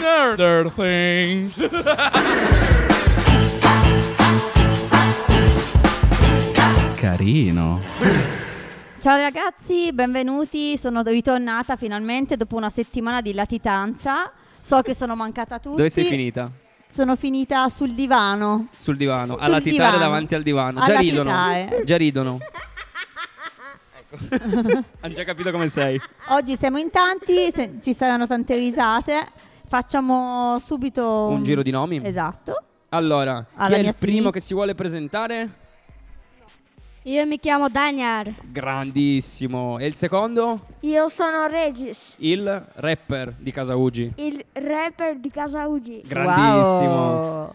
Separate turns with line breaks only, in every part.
murder things.
Carino.
Ciao ragazzi, benvenuti. Sono ritornata finalmente dopo una settimana di latitanza. So che sono mancata a tutti.
Dove sei finita?
Sono finita sul divano.
Sul divano, a
Sul
latitare
divano. eh.
davanti al divano.
A
Già ridono.
latitare.
Già ridono. Ecco. Hanno già capito come sei.
Oggi siamo in tanti, se- ci saranno tante risate. Facciamo subito
Un giro di nomi.
Esatto.
Allora, chi
Alla
è
mia
il primo
sinistra.
che si vuole presentare?
Io mi chiamo Daniel.
Grandissimo. E il secondo?
Io sono Regis,
Il rapper di Casa Ugi.
il rapper di Casa Ugi.
Grandissimo.
Wow.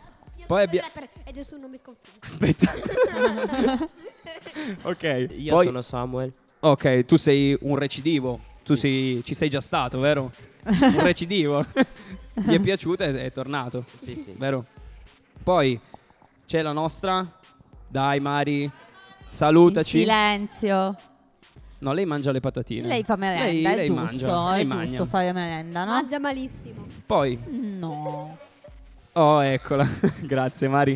Poi abbiamo...
Ed è sul nome sconfitto.
Aspetta. ok.
Io
Poi-
sono Samuel.
Ok, tu sei un recidivo. Tu sei... ci sei già stato, vero? un recidivo. Gli è piaciuto ed è tornato.
Sì, sì.
Vero? Poi c'è la nostra. Dai, Mari. Salutaci.
In silenzio.
No, lei mangia le patatine.
Lei fa merenda,
Lei-
è
lei
giusto,
mangia,
è
lei
giusto
mangia.
fare merenda, no?
Mangia malissimo.
Poi,
No.
oh, eccola. Grazie, Mari.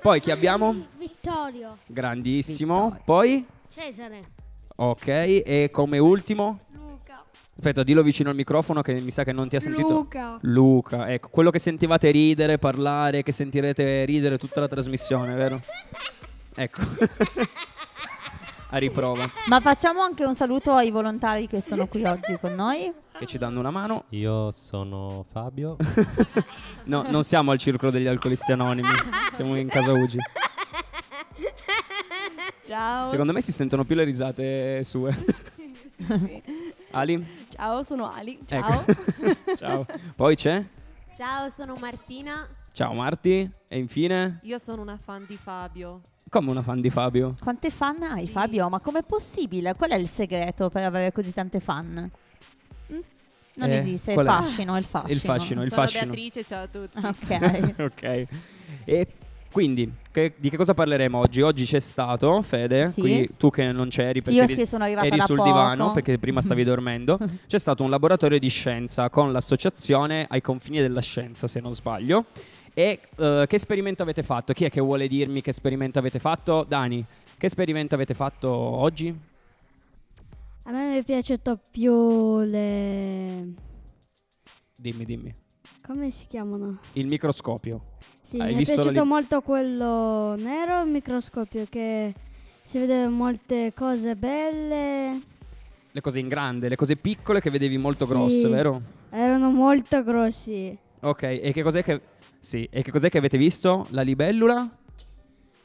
Poi chi abbiamo?
Vittorio.
Grandissimo. Poi,
Cesare.
ok, e come ultimo.
Luca.
Aspetta, dillo vicino al microfono che mi sa che non ti ha sentito.
Luca.
Luca, ecco, quello che sentivate ridere, parlare, che sentirete ridere tutta la trasmissione, vero? Ecco. A riprova,
Ma facciamo anche un saluto ai volontari che sono qui oggi con noi.
che ci danno una mano.
Io sono Fabio.
No, non siamo al circolo degli alcolisti anonimi, siamo in casa Ugi.
Ciao.
Secondo me si sentono più le risate sue. Ali?
Ciao, sono Ali. Ciao.
Ecco. Ciao. Poi c'è?
Ciao, sono Martina.
Ciao Marti. E infine,
Io sono una fan di Fabio.
come una fan di Fabio?
Quante fan hai, Fabio? Ma com'è possibile? Qual è il segreto per avere così tante fan? Mm? Non
Eh,
esiste, è il
qual è?
fascino, è il fascino.
Il fascino, il
sono
fascino.
Beatrice, ciao a tutti.
Ok.
ok. E quindi, che- di che cosa parleremo oggi? Oggi c'è stato, Fede,
Sì.
qui, tu che non c'eri perché
Io
eri-
che sono arrivata
eri
da
sul
poco.
divano perché prima stavi dormendo, c'è stato un laboratorio di scienza con l'associazione ai confini della scienza, se non sbaglio. E eh, che esperimento avete fatto? Chi è che vuole dirmi che esperimento avete fatto? Dani, che esperimento avete fatto oggi?
A me mi è piaciuto più le...
Dimmi, dimmi.
Come si chiamano?
Il microscopio.
Sì,
Hai
mi è
visto la
piaciuto
di-
molto quello nero al microscopio che si vede molte cose belle.
Le cose in grande, le cose piccole che vedevi molto
Sì.
grosse, vero?
Erano molto grossi.
Ok, e che cos'è che... Sì, e che cos'è che avete visto? La libellula?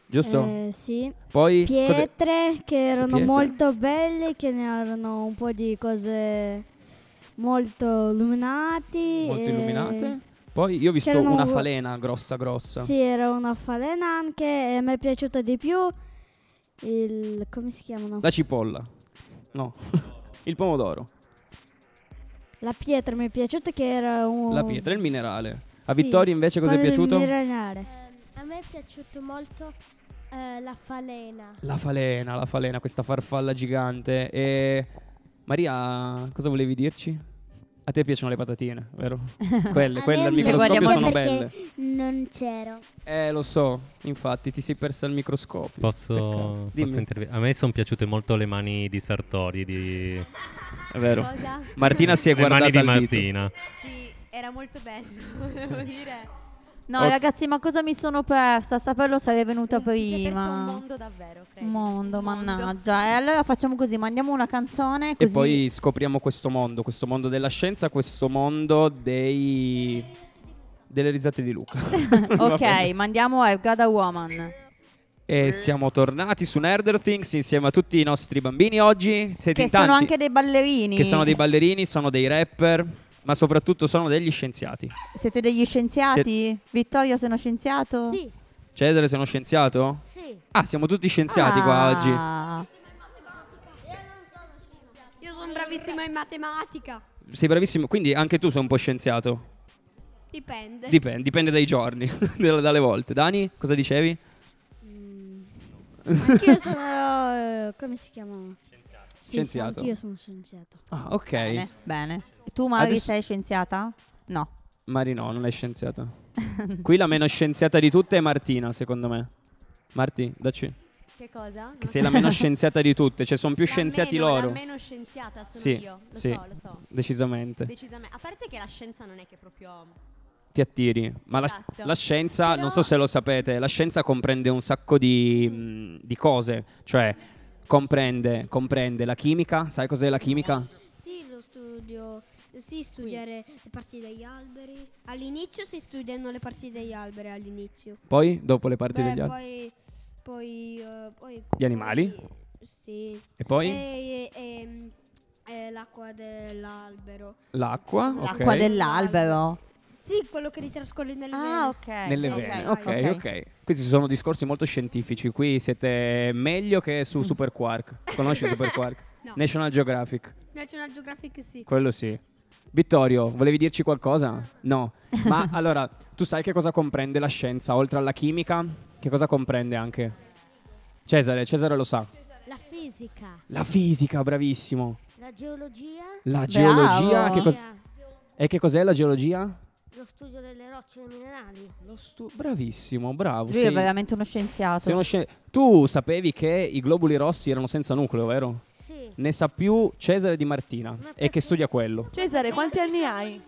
Giusto?
Eh, sì.
Poi... cos'è-
Pietre che erano
Pietre.
molto belle, che ne erano un po' di cose molto illuminati.
Molto
e-
illuminate. Poi io ho visto
eh, c'erano-
una falena grossa grossa.
Sì, era una falena anche e mi è piaciuto di più il... come si chiamano?
La cipolla. No. Il pomodoro.
La pietra mi è piaciuta che era un...
La pietra, il minerale. A
Oh. Sì,
Vittorio invece cosa è
con il
piaciuto?
minerale.
Eh, a me è piaciuto molto eh, la falena.
La falena, la falena, questa farfalla gigante. E... Maria, cosa volevi dirci? A te piacciono le patatine, vero? Quelle,
A
quelle
me
al
no.
Le
microscopio
vogliamo-
sono
Perché-
belle.
Non c'ero.
Eh, lo so, infatti, ti sei persa al microscopio.
Posso,
Peccato. Dimmi.
posso intervenire? A me sono piaciute molto le mani di Sartori, di...
È vero.
Cosa?
Martina si è
le mani
guardata
di
al dito.
Martina.
Sì, era molto bello, devo dire.
No,
Ok.
ragazzi, ma cosa mi sono persa? A saperlo sarei venuta
Si è perso un
prima.
mondo davvero, credo.
Un mondo,
Un mondo.
mannaggia. E allora facciamo così, mandiamo una canzone
E
così
poi scopriamo questo mondo, questo mondo della scienza, questo mondo dei... delle risate di Luca. Va
Ok,
bene.
mandiamo I've Got a Woman.
E siamo tornati su Nerder Things insieme a tutti i nostri bambini oggi. Siete
Che
in tanti,
sono anche dei ballerini.
che sono dei ballerini, sono dei rapper, ma soprattutto sono degli scienziati.
Siete degli scienziati? Vittorio, sei uno scienziato?
Sì,
Cesare, sei uno scienziato?
sì.
Ah, siamo tutti scienziati qua
Ah.
oggi.
oggi.
Io sono bravissima in matematica.
Sei bravissimo, quindi anche tu sei un po' scienziato.
Dipende.
Dipende, dipende dai giorni, dalle dalle volte. Dani, cosa dicevi?
Anch'io sono... eh, come si chiama? Sì,
Scienziato.
anch'io sono scienziato.
Ah, ok.
Bene, bene. Tu Mari
Adesso-
sei scienziata? No.
Marino, non è scienziata. Qui la meno scienziata di tutte è Martina, secondo me. Marti, dacci.
Che cosa?
Che sei la meno scienziata di tutte, cioè sono più
La
scienziati
meno-
loro.
La meno scienziata sono
Sì,
io, lo
sì.
so, lo so.
Decisamente.
Decisamente. A parte che la scienza non è che proprio...
Ti attiri. Ma la,
Esatto.
la scienza,
Però-
non so se lo sapete, la scienza comprende un sacco di, mh, di cose. Cioè, comprende, comprende la chimica. Sai cos'è la chimica?
Sì, lo studio. Sì, studiare le parti degli alberi. All'inizio si studiano le parti degli alberi all'inizio.
Poi, dopo le parti
Beh,
degli altri.
poi, poi, eh, poi-
Gli animali?
poi- sì.
E poi
E, e- ehm, eh, l'acqua dell'albero.
l'acqua.
L'acqua
ok.
dell'albero.
Sì, quello che ritrascorre nel
Ah,
velo.
ok.
Nelle
Eh, ok,
vene,
ok,
ok, ok. Questi sono discorsi molto scientifici. Qui siete meglio che su Super Quark. Conosci Super Quark?
No.
National Geographic,
National Geographic sì.
quello sì. Vittorio, volevi dirci qualcosa? No. Ma allora, tu sai che cosa comprende la scienza oltre alla chimica? Che cosa comprende anche? Cesare, Cesare lo sa.
La fisica,
La fisica, bravissimo.
la geologia,
La
Bravo.
geologia, che cos- e che cos'è la geologia?
lo studio delle rocce minerali.
Lo stu- bravissimo, bravo.
Lui
sei-
è veramente uno scienziato.
Ah, sei uno scien- tu sapevi che i globuli rossi erano senza nucleo, vero?
Sì.
Ne sa più Cesare Di Martina
Ma
e che
perché?
studia quello.
Cioè
Cesare, quanti anni hai?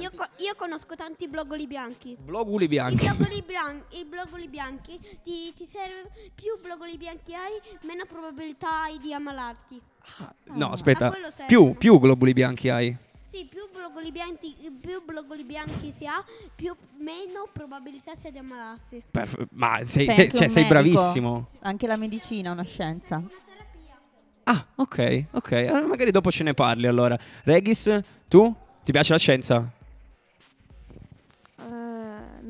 Io, co- io conosco tanti blogoli bianchi.
Bloguli
I
bianchi.
blogoli, bian- i blogoli bianchi ti, ti serve più blogoli bianchi hai, meno probabilità hai di ammalarti.
Ah, No,
A
aspetta.
Ah, quello serve.
Più, più globuli bianchi hai.
Sì, più blogoli bianchi, più blobuli bianchi si ha, più meno probabilità si ha di ammalarsi.
Per- ma
Sei
sei, sei-
anche
cioè,
un
sei
medico.
bravissimo.
Anche la medicina è una scienza.
Ah, ok, ok. Allora magari dopo ce ne parli allora. Regis, tu? Ti piace la scienza?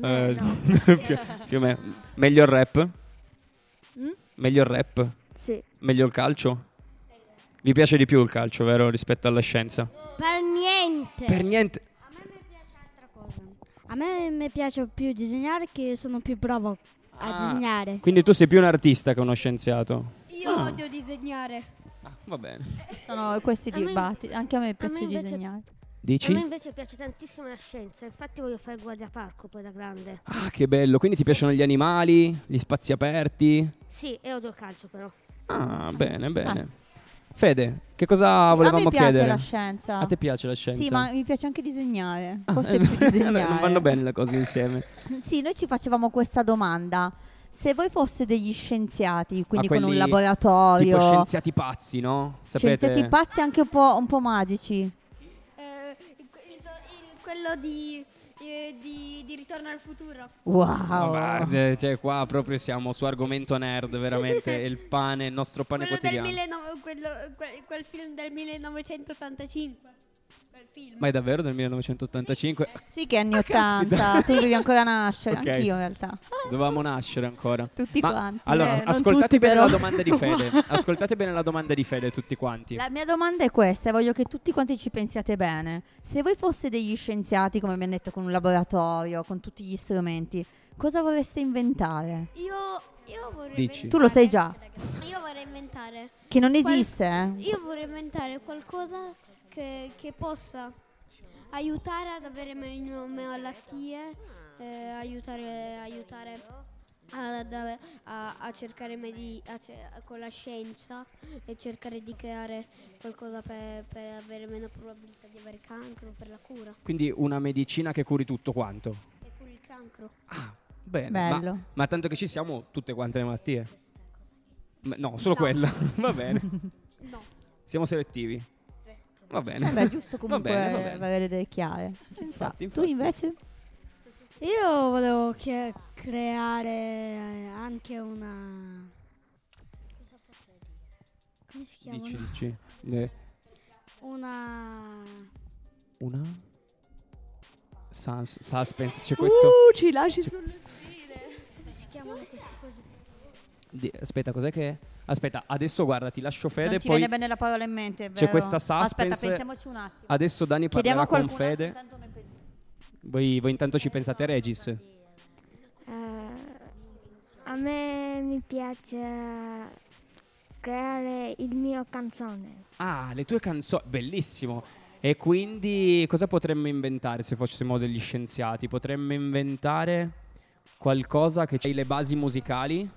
Eh, più, più o meno. Meglio il rap? Meglio il rap?
Sì.
Meglio il calcio? Vi piace di più il calcio, vero? Rispetto alla scienza?
Per niente.
oh. Per niente.
A me mi piace altra cosa.
A me mi piace più disegnare che sono più bravo a
Ah.
disegnare.
Quindi tu sei più un artista che uno scienziato.
Io
Ah.
odio disegnare.
Ah, va bene.
Sono questi
A me-
dibattiti. Anche a me piace
me invece-
disegnare.
A me
Dici?
invece piace tantissimo la scienza, infatti voglio fare il guardaparco poi da grande.
Ah, che bello. Quindi ti piacciono gli animali, gli spazi aperti?
Sì, e odio il calcio però.
Ah, bene, bene. Fede, che cosa
Eh. a
volevamo
me piace
chiedere?
la scienza.
A te piace la scienza?
Sì, ma mi piace anche disegnare.
Ah,
Forse più disegnare.
non vanno bene le cose insieme.
Sì, noi ci facevamo questa domanda. Se voi foste degli scienziati, quindi
quelli
con un
Tipo
laboratorio,
scienziati pazzi, no? Sapete?
scienziati pazzi anche un po', un po' magici.
Eh, il- il- quello di, eh, di, di Ritorno al futuro.
Wow.
Guarda, cioè qua proprio siamo su argomento nerd, veramente. il pane, il nostro pane
quello del
quotidiano.
19 quello- quel, quel film del 1985. Quel film.
Ma è davvero del 1985?
Sì, che anni
Ah,
80,
caspita.
tu devi ancora nascere,
Ok.
anch'io in realtà.
Dovevamo nascere ancora.
Tutti
Ma-
quanti.
Allora,
Eh, non
ascoltate
tutti,
bene
però.
la domanda di Fede. ascoltate bene la domanda di Fede, tutti quanti.
La mia domanda è questa, e voglio che tutti quanti ci pensiate bene. Se voi foste degli scienziati, come abbiamo detto, con un laboratorio, con tutti gli strumenti, cosa vorreste inventare?
Io, io vorrei
Dici.
Tu lo sai già,
inventare- Io vorrei inventare.
che non
Qual-
esiste, eh?
Io vorrei inventare qualcosa che, che possa aiutare ad avere meno malattie, eh, aiutare, aiutare ad ave- a, a cercare medi- a ce- con la scienza e cercare di creare qualcosa per, per avere meno probabilità di avere cancro, per la cura,
Quindi una medicina che curi tutto quanto.
che cura il cancro.
Ah, bene. ma-
Bello.
Ma tanto che ci siamo tutte quante le malattie. Ma- No, solo quella. Va bene.
No.
Siamo selettivi. Va bene.
Eh beh, giusto comunque
bene, va bene.
avere delle chiare. Ci sta.
Infatti,
Tu
infatti.
invece?
Io volevo che- creare eh, anche una... Come si chiama?
Dici, dici. Eh,
Una...
una. Sans- suspense. C'è questo.
Uh, ci lasci sulle
Come si chiamano queste cose?
Di- aspetta, cos'è che. è? Aspetta, adesso guarda, ti lascio Fede.
non ti
Poi
viene bene la parola in mente, è
c'è
vero?
questa
Aspetta,
suspense.
pensiamoci un attimo.
adesso Dani
Chiediamo
parlerà
a
con
qualcun altro,
Fede.
tanto noi pensiamo.
Voi, voi intanto ci pensate, Regis.
Eh, a me mi piace creare il mio canzone.
Ah, le tue canzoni. Bellissimo. E quindi cosa potremmo inventare se fossimo degli scienziati? Potremmo inventare qualcosa che c'è le basi musicali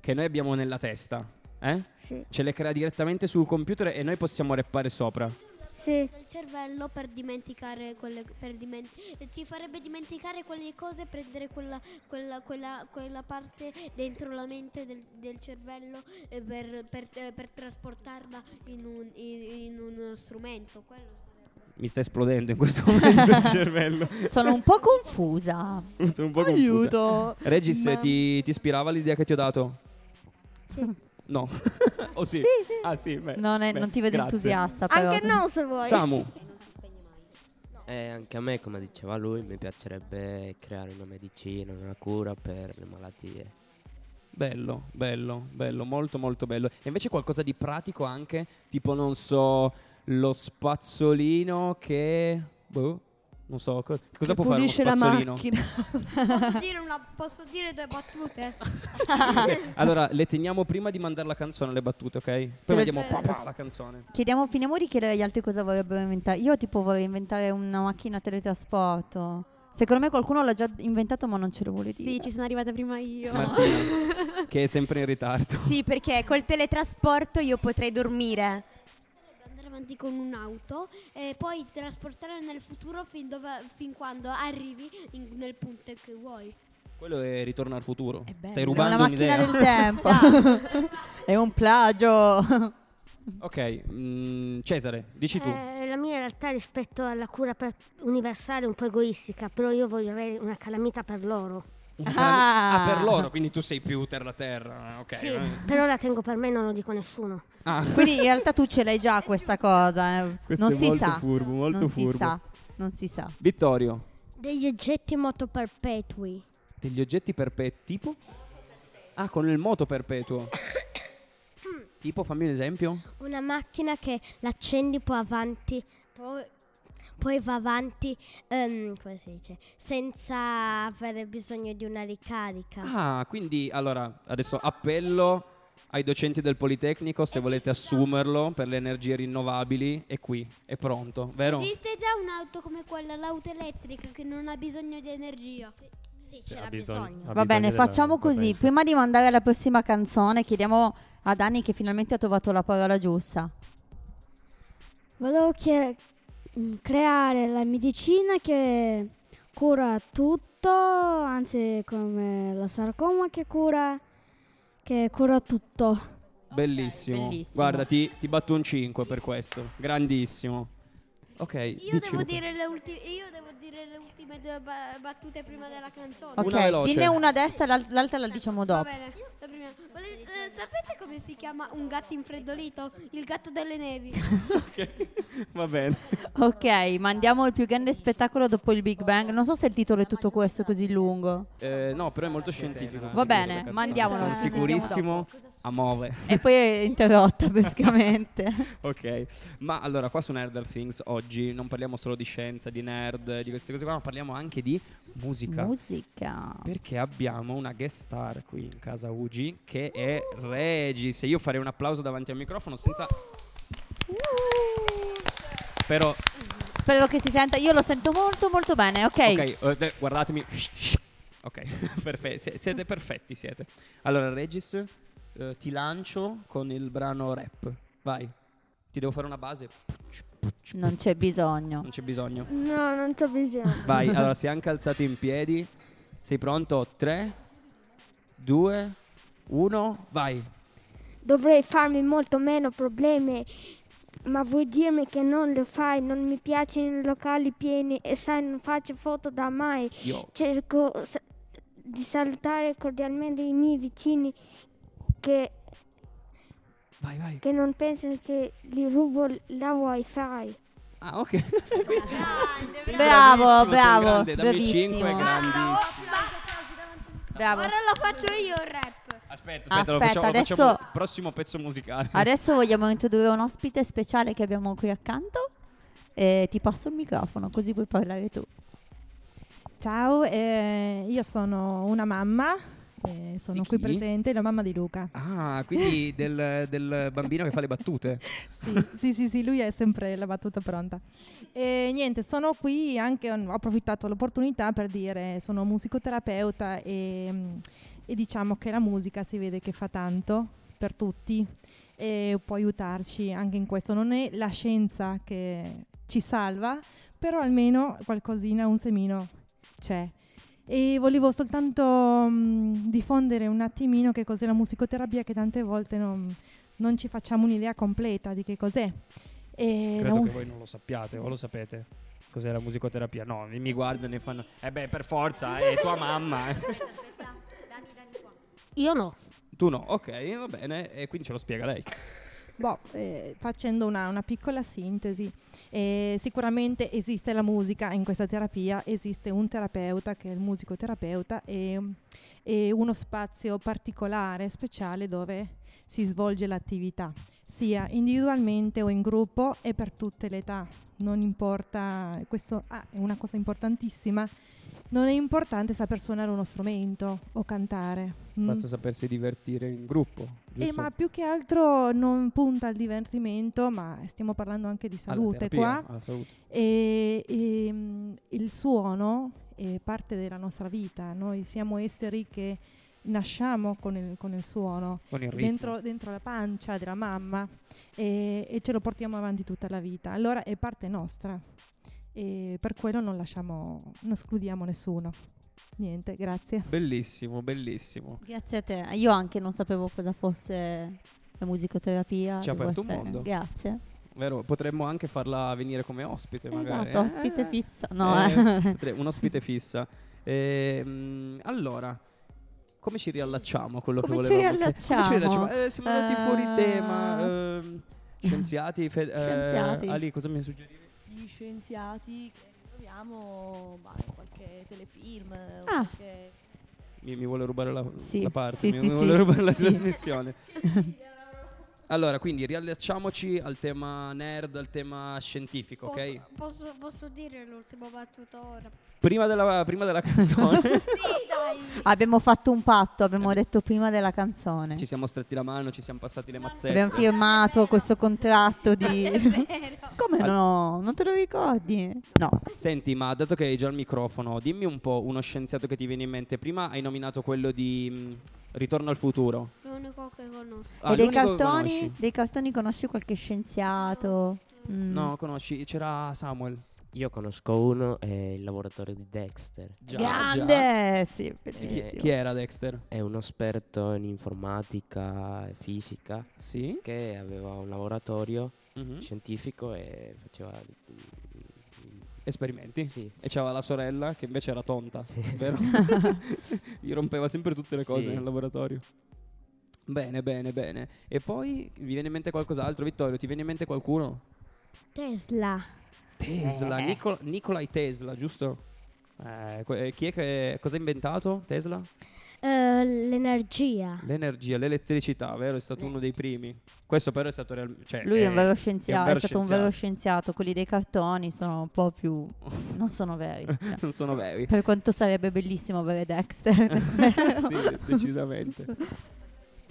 che noi abbiamo nella testa, eh?
Sì,
Ce le crea direttamente sul computer e noi possiamo reppare sopra.
sì,
il cervello per dimenticare quelle per dimen- ti farebbe dimenticare quelle cose e prendere quella, quella, quella, quella parte dentro la mente del, del cervello eh, per, per, eh, per trasportarla in, un, in, in uno strumento quello sarebbe.
Mi sta esplodendo in questo momento il cervello.
Sono un po' confusa.
Sono un po' confusa.
Aiuto.
Regis,
Ma-
ti, ti ispirava l'idea che ti ho dato? No. o sì?
sì, sì.
Ah sì, beh,
Non, è-
beh,
non ti vedo
grazie.
entusiasta, però.
Anche no se vuoi.
Samu,
Eh, anche a me, come diceva lui, mi piacerebbe creare una medicina, una cura per le malattie.
bello, bello, bello, molto molto bello. E invece qualcosa di pratico anche, tipo non so, lo spazzolino che... boh, non so, co- cosa
Che
può fare uno
pulisce la
spazzolino?
macchina.
posso dire, una, posso dire due battute
allora, le teniamo prima di mandare la canzone, le battute, ok? Poi
lo-
vediamo pa, pa, la canzone.
Chiediamo, finiamo di chiedere agli altri cosa vorrebbero inventare. Io tipo vorrei inventare una macchina a teletrasporto. Secondo me qualcuno l'ha già inventato ma non ce lo vuole dire.
Sì, ci sono arrivata prima io.
Martina, che è sempre in ritardo.
Sì, perché col teletrasporto io potrei dormire.
andare avanti con un'auto e poi trasportare nel futuro fin, dove, fin quando arrivi in- nel punto che vuoi
Quello è Ritorno al futuro.
È bello.
Stai
È una
rubando
macchina
un'idea.
del tempo. È un plagio.
Ok, mm, Cesare, dici tu.
Eh, la mia in realtà rispetto alla cura per- universale è un po' egoistica, però io vorrei una calamita per loro.
Ah.
Ah.
per loro, quindi tu sei più terra-terra. Ok.
Sì, però la tengo per me, non lo dico a nessuno.
Ah.
Eh, Quindi in realtà tu ce l'hai già questa cosa. eh.
Questo
non
è
si
molto
sa.
furbo, molto
non
furbo.
Si sa. Non si sa.
Vittorio,
Degli oggetti moto perpetui.
degli oggetti perpetui tipo? Ah, con il moto perpetuo. tipo, fammi un esempio.
Una macchina che l'accendi poi avanti, poi, poi va avanti, ehm, come si dice, senza avere bisogno di una ricarica.
Ah, quindi allora, adesso appello ai docenti del Politecnico, se volete assumerlo per le energie rinnovabili, è qui, è pronto, vero?
Esiste già un'auto come quella, l'auto elettrica, che non ha bisogno di energia.
Sì,
Ha bisogno- ha
Va bene,
bisogno della-
facciamo
va bene.
così. Prima di mandare alla prossima canzone, chiediamo a Dani che finalmente ha trovato la parola giusta.
Volevo chier- mm, creare la medicina che cura tutto, anzi come la sarcoma che cura, che cura tutto.
Bellissimo.
bellissimo.
Guarda, ti, ti batto un 5 per questo. Grandissimo. Ok,
Io
dici
devo,
Luca.
dire le ulti- io devo dire le ultime due ba- battute prima della canzone.
Ok,
Una veloce.
dinne una a destra e l'al- l'altra la diciamo
Va
dopo.
bene. la prima. Volete- eh, sapete come si chiama un gatto infreddolito? Il gatto delle nevi.
Va bene.
Ok, mandiamo il più grande spettacolo dopo il Big Bang. Non so se il titolo è tutto questo così lungo.
Eh, no, però è molto scientifico.
Va bene, mandiamolo. eh,
Sono
La
sicurissimo. Amore.
E poi è interrotta bruscamente.
Ok. Ma allora, qua su Nerd Things oggi non parliamo solo di scienza, di nerd, di queste cose qua, ma parliamo anche di musica.
Musica.
perché abbiamo una guest star qui in casa Ugi che è Regis. E io farei un applauso davanti al microfono senza. Spero.
Spero che si senta. Io lo sento molto molto bene. Ok.
Ok, eh, de- guardatemi. Ok, perfetto. Sie- Siete perfetti, siete. Allora, Regis, eh, ti lancio con il brano rap. Vai. Ti devo fare una base.
Non c'è bisogno.
Non c'è bisogno.
No, non c'ho bisogno.
Vai, allora, sei anche alzato in piedi. Sei pronto? 3, 2, 1, vai.
Dovrei farmi molto meno problemi. Ma vuoi dirmi che non lo fai? Non mi piace nei locali pieni e sai, non faccio foto da mai.
Io.
Cerco sa- di salutare cordialmente i miei vicini che,
Vai, vai.
che non pensano che li rubo la wifi.
Ah, ok. Sei
Bravo,
bravissimo, sei un
bravo,
grande, dammi
bravissimo.
cinque, grandissimo.
Bravo.
Ora lo faccio io il rap.
Aspetta, aspetta, lo
Aspetta,
facciamo,
adesso-
lo facciamo al prossimo pezzo musicale.
Adesso vogliamo introdurre un ospite speciale che abbiamo qui accanto. E ti passo il microfono così puoi parlare tu.
Ciao, eh, io sono una mamma Eh, sono
Di
qui
chi?
presente, la mamma di Luca.
Ah, quindi del, del bambino che fa le battute.
Sì, sì, sì, sì, lui è sempre la battuta pronta. E niente, sono qui anche, ho approfittato l'opportunità per dire, sono musicoterapeuta e, mm, e diciamo che la musica si vede che fa tanto per tutti e può aiutarci anche in questo. Non è la scienza che ci salva, però almeno qualcosina, un semino c'è. E volevo soltanto mm, diffondere un attimino che cos'è la musicoterapia che tante volte non, non ci facciamo un'idea completa di che cos'è. E la
Credo che
mus-
voi non lo sappiate, o lo sapete. Cos'è la musicoterapia? No, mi mi guardano e fanno. Eh beh, per forza, è tua mamma.
Io no.
tu no, ok, va bene. E quindi ce lo spiega lei.
Boh, eh, facendo una, una piccola sintesi, eh, sicuramente esiste la musica in questa terapia, esiste un terapeuta che è il musicoterapeuta e, e uno spazio particolare, speciale dove si svolge l'attività, sia individualmente o in gruppo e per tutte le età. Non importa, questo ah, è una cosa importantissima, non è importante saper suonare uno strumento o cantare. mm.
Basta sapersi divertire in gruppo.
Eh,
giusto?
ma più che altro non punta al divertimento, ma stiamo parlando anche di
Alla
salute
terapia,
qua.
alla salute.
E, e, mm, il suono è parte della nostra vita, noi siamo esseri che nasciamo con il, con il suono,
Con il ritmo.
dentro, dentro la pancia della mamma e, e ce lo portiamo avanti tutta la vita. Allora è parte nostra e per quello non lasciamo, non escludiamo nessuno. Niente, grazie.
Bellissimo, bellissimo.
Grazie a te. Io anche non sapevo cosa fosse la musicoterapia.
Ci ha
devo
aperto un
essere-
mondo.
Grazie.
Vero, potremmo anche farla venire come ospite, magari.
Esatto,
eh?
ospite fissa. No,
Eh,
eh.
potre- un ospite fissa. Ehm, allora, come ci riallacciamo a quello
Come
che
ci
volevamo? che-
riallacciamo?
Come ci riallacciamo? Eh, siamo andati
Eh.
fuori tema. ehm, scienziati, fe- eh,
Scienziati.
Ali, cosa mi suggerivi?
Gli scienziati che troviamo ma, in qualche telefilm. o
Ah.
qualche-
Mi, mi vuole rubare la,
Sì,
la parte,
sì,
mi,
sì,
mi vuole
sì,
rubare la
sì.
trasmissione. allora, quindi riallacciamoci al tema nerd, al tema scientifico, ok?
Posso, posso- posso dire l'ultima battuta ora?
Prima della, prima della canzone
Abbiamo fatto un patto,
Eh.
abbiamo detto prima della canzone.
ci siamo stretti la mano, ci siamo passati le mazzette.
Abbiamo firmato questo contratto di... Come
Al-
no? Non te lo ricordi? No.
Senti, ma dato che hai già il microfono, dimmi un po' uno scienziato che ti viene in mente. Prima hai nominato quello di mh, Ritorno al futuro.
L'unico che conosco.
Ah,
e dei
l'unico che
cartoni,
conosci.
dei cartoni conosci qualche scienziato? Mm.
No, conosci, c'era Samuel.
Io conosco uno, è il lavoratore di Dexter.
Già, ah.
Grande! Sì,
Eh,
bellissimo.
chi era Dexter?
È uno esperto in informatica e fisica che aveva un laboratorio
Mhm.
scientifico e faceva...
Esperimenti? E c'era la sorella che invece era tonta, vero? Gli rompeva sempre tutte le cose
Sì.
nel laboratorio. Bene, bene, bene. E poi vi viene in mente qualcos'altro, Vittorio? Ti viene in mente qualcuno?
Tesla.
Tesla,
Eh.
Nicola- Nikolai Tesla, giusto? Eh, que- eh, chi è che cosa ha inventato Tesla?
Eh, l'energia.
L'energia, l'elettricità, vero? È stato uno dei primi. Questo però è stato cioè, eh, realmente...
Lui è un vero scienziato, è, stato un vero scienziato. Quelli dei cartoni sono un po' più... non sono veri. cioè.
non sono veri.
Per quanto sarebbe bellissimo avere Dexter.
sì, decisamente.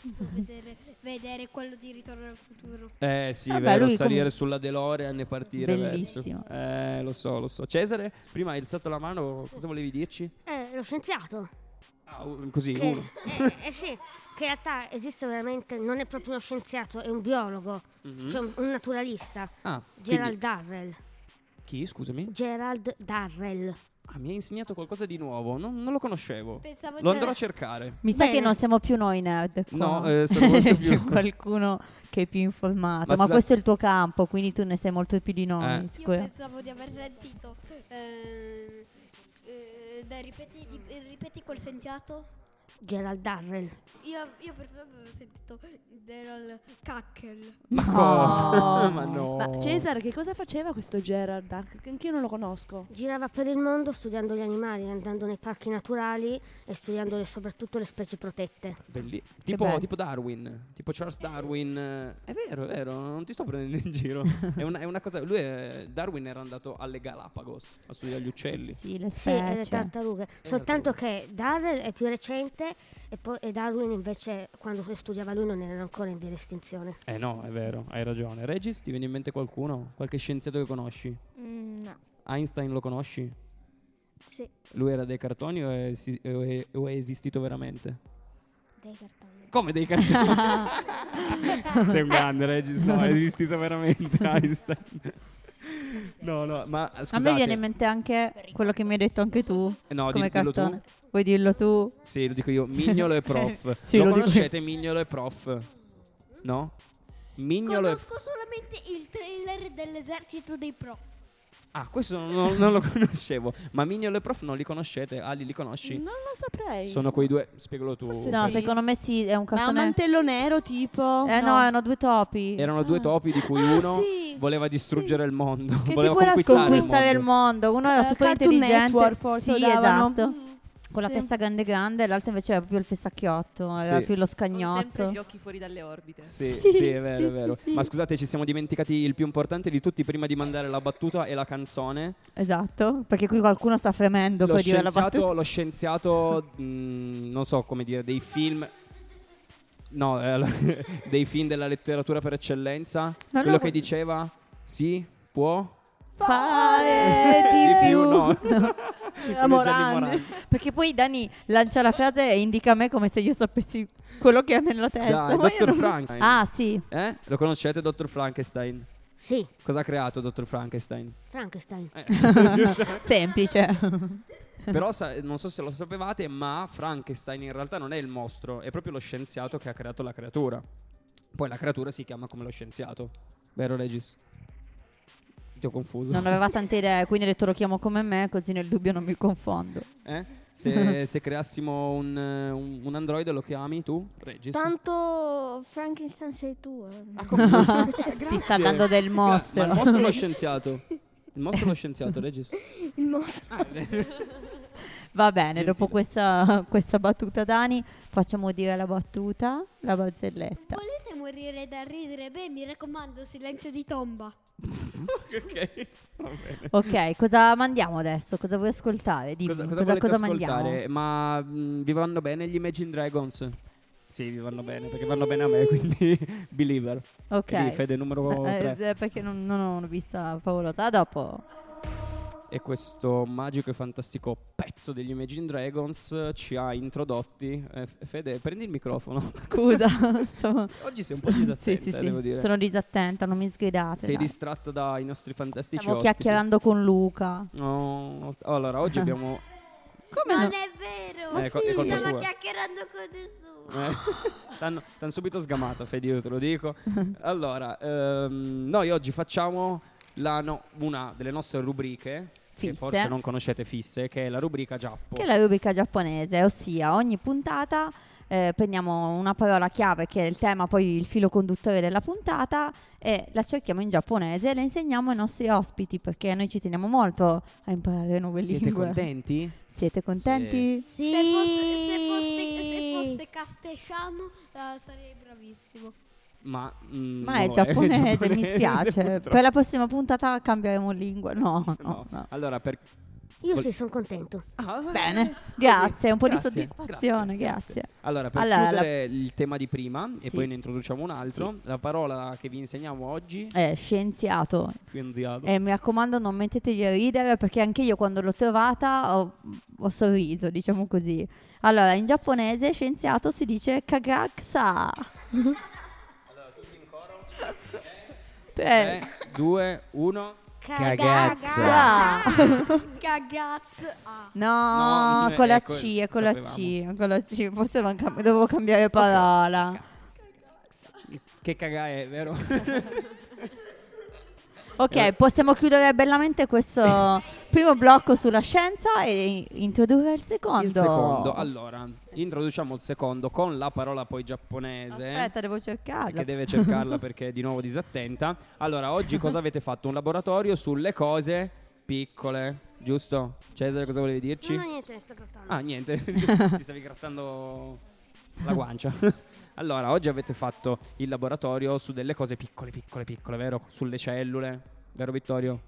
Vedere, vedere quello di Ritorno al futuro.
Eh sì,
Vabbè,
vero,
lui
salire
comu-
sulla DeLorean e partire
Bellissimo.
verso. Eh, lo so, lo so. Cesare, prima hai alzato la mano, cosa volevi dirci?
Eh, lo scienziato.
Ah, u- così,
Che-
uno.
Eh, eh sì, che in realtà esiste veramente, non è proprio uno scienziato, è un biologo,
Mhm.
cioè un, un naturalista.
Ah, quindi-
Gerald Darrell.
Chi, scusami?
Gerald Darrell.
Ah, mi hai insegnato qualcosa di nuovo, non, non lo conoscevo.
Pensavo
lo
già-
andrò a cercare.
Mi sa che non siamo più noi nerd. qua.
No, eh, sono molto
C'è
più-
qualcuno che è più informato.
Ma
Ma,
scusa-
questo è il tuo campo, quindi tu ne sai molto più di noi.
Eh.
Io
sicuro.
pensavo di aver sentito. eh, eh, dai, ripeti, di- ripeti quel sentiato.
Gerald Darrell.
Io, io per esempio avevo sentito del cackel.
Ma
cosa?
Oh. Ma no.
Oh. Ma Cesare, che cosa faceva questo Gerard Dark? Che anch'io non lo conosco.
Girava per il mondo studiando gli animali, andando nei parchi naturali e studiando le- soprattutto le specie protette.
Belli-
bello.
tipo, tipo Darwin, tipo Charles Darwin. eh, È vero, è vero, non ti sto prendendo in giro. è, una, è una cosa. Lui, è- Darwin era andato alle Galapagos a studiare gli uccelli.
Sì, le
Sì, e le tartarughe. Soltanto che Darrell è più recente estinte e, poi, e Darwin invece quando lo studiava lui non era ancora in via di estinzione.
Eh no, è vero, hai ragione. Regis, ti viene in mente qualcuno? Qualche scienziato che conosci?
no.
Einstein lo conosci?
Sì.
Lui era dei cartoni o è, esi- o è- o è esistito veramente?
Dei cartoni.
Come dei cartoni? Sei un grande, Regis. No, è esistito veramente Einstein. No, no, ma
A
scusate. Eh
me viene in mente anche quello che mi hai detto anche tu.
No,
come
di- dillo tu.
cartone. Vuoi dirlo tu?
Sì, lo dico io, Mignolo e Prof.
Eh, Sì,
lo
lo dico io.
conoscete Mignolo e Prof? No? Mignolo e...
Conosco solamente il trailer dell'esercito dei pro.
Ah, questo non, non- non lo conoscevo. Ma Mignolo e Prof non li conoscete? Ali, li conosci?
Non lo saprei.
Sono quei due... Spiegalo tu.
No, secondo me sì, è un
Ma è un
cartone.
mantello nero tipo...
eh no. erano due topi.
Erano due topi di cui uno voleva distruggere il mondo. voleva
tipo era
conquistare,
conquistare
il
il
mondo.
mondo. Uno era
Eh,
super
Cartoon
intelligente.
Network forse
sì,
lo davano. Mm.
esatto. Con la
sì.
testa grande grande, e l'altro invece era proprio il fessacchiotto, era
Sì.
più lo
Con sempre gli
scagnozzo.
occhi fuori dalle orbite.
Sì, sì, è vero, è vero. Ma scusate, ci siamo dimenticati il più importante di tutti prima di mandare la battuta e la canzone.
Esatto, perché qui qualcuno sta fremendo
Lo
poi dire la battuta.
scienziato, lo scienziato mh, non so come dire, dei film... No, eh, allora, dei film della letteratura per eccellenza.
No,
quello
no.
che diceva, sì, può...
Fare
Di
Eh, di
più
più.
no.
Era
Morandi.
Morandi. Perché poi Dani lancia la frase e indica a me come se io sapessi quello che ha nella testa.
Dai,
ma io
Dr.
non-
Frankenstein.
Ah, sì.
Eh? Lo conoscete, Dottor Frankenstein?
Sì.
Cosa ha creato Dottor Frankenstein?
Frankenstein.
Eh.
Semplice.
Però sa- non so se lo sapevate, ma Frankenstein in realtà non è il mostro, è proprio lo scienziato che ha creato la creatura. Poi la creatura si chiama come lo scienziato. Vero Regis? Ti ho confuso.
Non aveva tante idee, quindi ho detto lo chiamo come me, così nel dubbio non mi confondo.
Eh? Se, se creassimo un, eh, un, un androide lo chiami tu? Regis?
Tanto Frankenstein sei tu. eh.
Ah,
Ti sta dando del mostro.
Ma il mostro è lo scienziato. Il mostro è lo scienziato, Regis.
Il mostro.
Va bene, dopo questa, questa battuta Dani facciamo dire la battuta, la barzelletta.
Volete morire da ridere? Beh, mi raccomando, silenzio di tomba.
ok. Va bene.
Ok, cosa mandiamo adesso? Cosa vuoi ascoltare? Dimmi,
Cosa,
cosa,
cosa volete
cosa
ascoltare?
mandiamo?
Ma mh, vi vanno bene gli Imagine Dragons? Sì, vi vanno bene, perché vanno bene a me, quindi Believer.
Ok.
Quindi Fede numero
Eh,
3.
eh, perché non, non ho vista favolosa. A dopo.
E questo magico e fantastico pezzo degli Imagine Dragons ci ha introdotti. Eh, F- Fede, prendi il microfono.
Scusa. stavo-
Oggi sei un po' disattenta,
sì, sì,
eh,
sì.
devo dire.
Sono disattenta, non mi sgridate.
Sei
dai.
distratto dai nostri fantastici
Stavo
ospiti.
chiacchierando con Luca.
No, allora oggi abbiamo...
Come
non
no?
è vero!
Ma Eh, co- è sì. colpa
Stava
sua.
chiacchierando con nessuno.
Eh. T'hanno, t'han subito sgamata, Fede, io te lo dico. Allora, ehm, noi oggi facciamo la no- una delle nostre rubriche,
Fisse.
che forse non conoscete fisse, che è la rubrica Giappo.
Che è la rubrica giapponese, ossia ogni puntata eh, prendiamo una parola chiave che è il tema, poi il filo conduttore della puntata e la cerchiamo in giapponese e la insegniamo ai nostri ospiti perché noi ci teniamo molto a imparare nuove
Siete
lingue.
contenti?
Siete contenti?
Se fosse, se foste- se fosse castesciano eh, sarei bravissimo.
Ma, mm,
Ma
no,
è, giapponese, mi
giapponese,
spiace.
purtroppo.
Per la prossima puntata cambieremo lingua. No, no,
No.
no.
Allora, per...
Io
vol-
sì, sono contento.
Bene, grazie, un po'
Ah, Grazie,
di soddisfazione, grazie.
Allora, per
Allora, la-
chiudere il tema di prima e
Sì.
poi ne introduciamo un altro, la parola che vi insegniamo oggi
è eh, scienziato.
scienziato.
E mi raccomando, non mettetegli a ridere perché anche io quando l'ho trovata ho, ho sorriso, diciamo così. Allora, in giapponese scienziato si dice kagaksa. Tre.
3, 2, 1.
Cagazza. Ah.
No,
No,
con la
ecco,
C, è con la C,
sapevamo.
con la C, forse non cam- devo cambiare parola.
Che cagà è, vero? Eh.
Ok, possiamo chiudere bellamente questo primo blocco sulla scienza e introdurre il secondo.
Il secondo, allora, introduciamo il secondo con la parola poi giapponese.
Aspetta, Ah, devo cercarla.
Che deve cercarla perché è di nuovo disattenta. Allora, oggi cosa avete fatto? Un laboratorio sulle cose piccole, giusto? Cesare, cosa volevi dirci?
No, no, niente, mi sto grattando.
Ah, niente, ti stavi grattando la guancia. allora, oggi avete fatto il laboratorio su delle cose piccole, piccole, piccole, vero? Sulle cellule, vero Vittorio?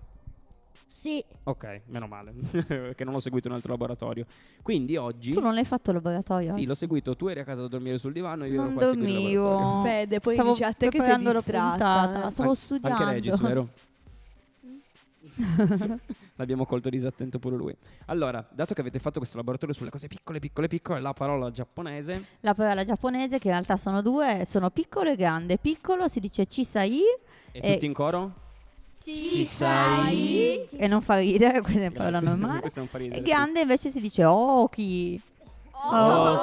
Sì.
Ok, meno male, che non ho seguito un altro laboratorio. Quindi oggi...
Tu non l'hai fatto il laboratorio?
Sì, l'ho seguito, tu eri a casa da dormire sul divano e io
Non
ero qua a seguire il
dormivo.
laboratorio.
Fede, poi
Stavo
dici a te che sei
preparando la
distratta.
puntata, stavo
Anche-
studiando.
Anche Regis, vero? L'abbiamo colto disattento pure lui. Allora, dato che avete fatto questo laboratorio sulle cose piccole, piccole, piccole, la parola giapponese...
La parola giapponese che in realtà sono due, sono piccolo e grande. Piccolo si dice cisai
E,
e,
tutti in coro?
Cisai. e non fa ridere, questa è una parola
Grazie.
normale.
Questo non fa
E
ridere.
grande invece si dice oki.
Oki.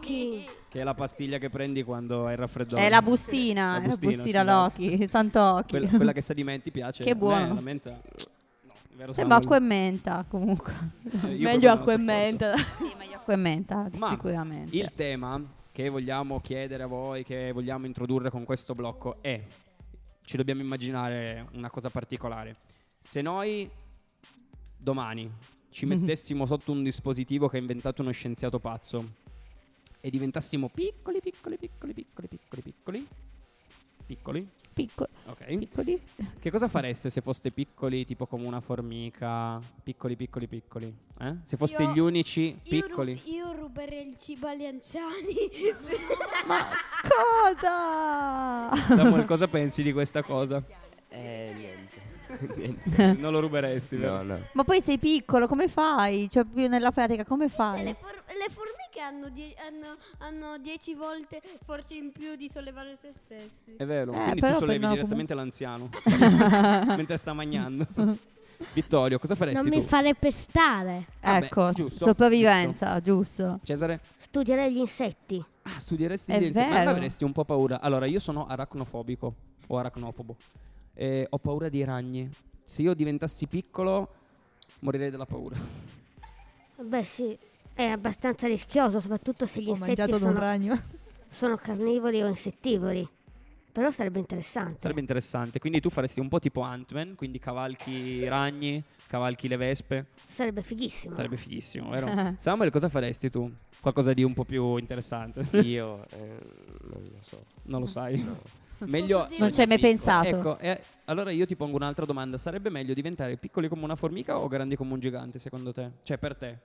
Pochi.
Che è la pastiglia che prendi quando hai il raffreddore.
È la bustina, è la bustina l'oki, santo oki.
Quella, quella che sa di menti piace. Eh,
Che
A me
buono.
la menta... no,
Sembra
vero Samuel.
acqua e menta comunque.
Eh, io Meglio proprio non acqua e sopporto.
menta.
sì, meglio acqua e menta,
Ma
sicuramente.
Il tema che vogliamo chiedere a voi, che vogliamo introdurre con questo blocco è, ci dobbiamo immaginare una cosa particolare. Se noi domani ci mettessimo sotto un dispositivo che ha inventato uno scienziato pazzo e diventassimo piccoli, piccoli, piccoli, piccoli, piccoli, piccoli, piccoli,
Piccolo.
ok. Piccoli. Che cosa fareste se foste piccoli, tipo come una formica? Piccoli, piccoli, piccoli. Eh? Se foste
Io-
gli unici
Io,
piccoli.
ru- io ruberei il cibo agli anziani.
Cosa?
Samuel, cosa pensi di questa cosa?
Eh, niente.
Niente. non lo ruberesti,
No,
vero?
no.
Ma poi sei piccolo, come fai? Cioè, più nella pratica, come fai?
Le, for- le formiche hanno, die- hanno- hanno dieci volte forse in più di sollevare se stessi.
È vero,
Eh,
quindi tu
però
sollevi
prendono
direttamente l'anziano mentre sta mangiando. Vittorio, cosa faresti
Non mi
tu?
fare pestare.
Vabbè,
ecco,
giusto,
sopravvivenza, giusto.
Cesare,
Studierei gli insetti.
ah, studieresti
È
gli insetti, ma
vero.
avresti un po' paura. Allora, io sono aracnofobico o aracnofobo. E ho paura dei ragni. Se io diventassi piccolo, morirei dalla paura.
Beh, sì, è abbastanza rischioso, soprattutto se gli
Ho
insetti
mangiato da un
sono,
ragno.
sono carnivori o insettivori. Però sarebbe interessante.
Sarebbe interessante. Quindi tu faresti un po' tipo Ant-Man, quindi cavalchi i ragni, cavalchi le vespe.
Sarebbe fighissimo.
Sarebbe fighissimo,
Eh.
vero? Samuel, cosa faresti tu? Qualcosa di un po' più interessante.
Io eh, non lo so.
non lo sai.
No.
Meglio
Non ci hai mai pensato.
Ecco, eh, allora io ti pongo un'altra domanda. Sarebbe meglio diventare piccoli come una formica o grandi come un gigante, secondo te? Cioè, per te?